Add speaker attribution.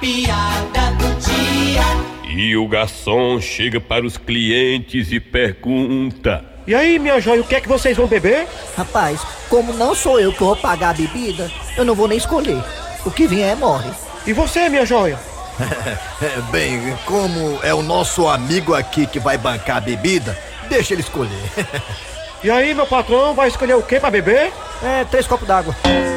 Speaker 1: piada do dia.
Speaker 2: E o garçom chega para os clientes e pergunta.
Speaker 3: E aí, minha joia, o que é que vocês vão beber?
Speaker 4: Rapaz, como não sou eu que vou pagar a bebida, eu não vou nem escolher. O que vier morre.
Speaker 3: E você, minha joia?
Speaker 5: É, bem, como é o nosso amigo aqui que vai bancar a bebida, deixa ele escolher.
Speaker 3: E aí, meu patrão, vai escolher o que para beber?
Speaker 4: É, três copos d'água.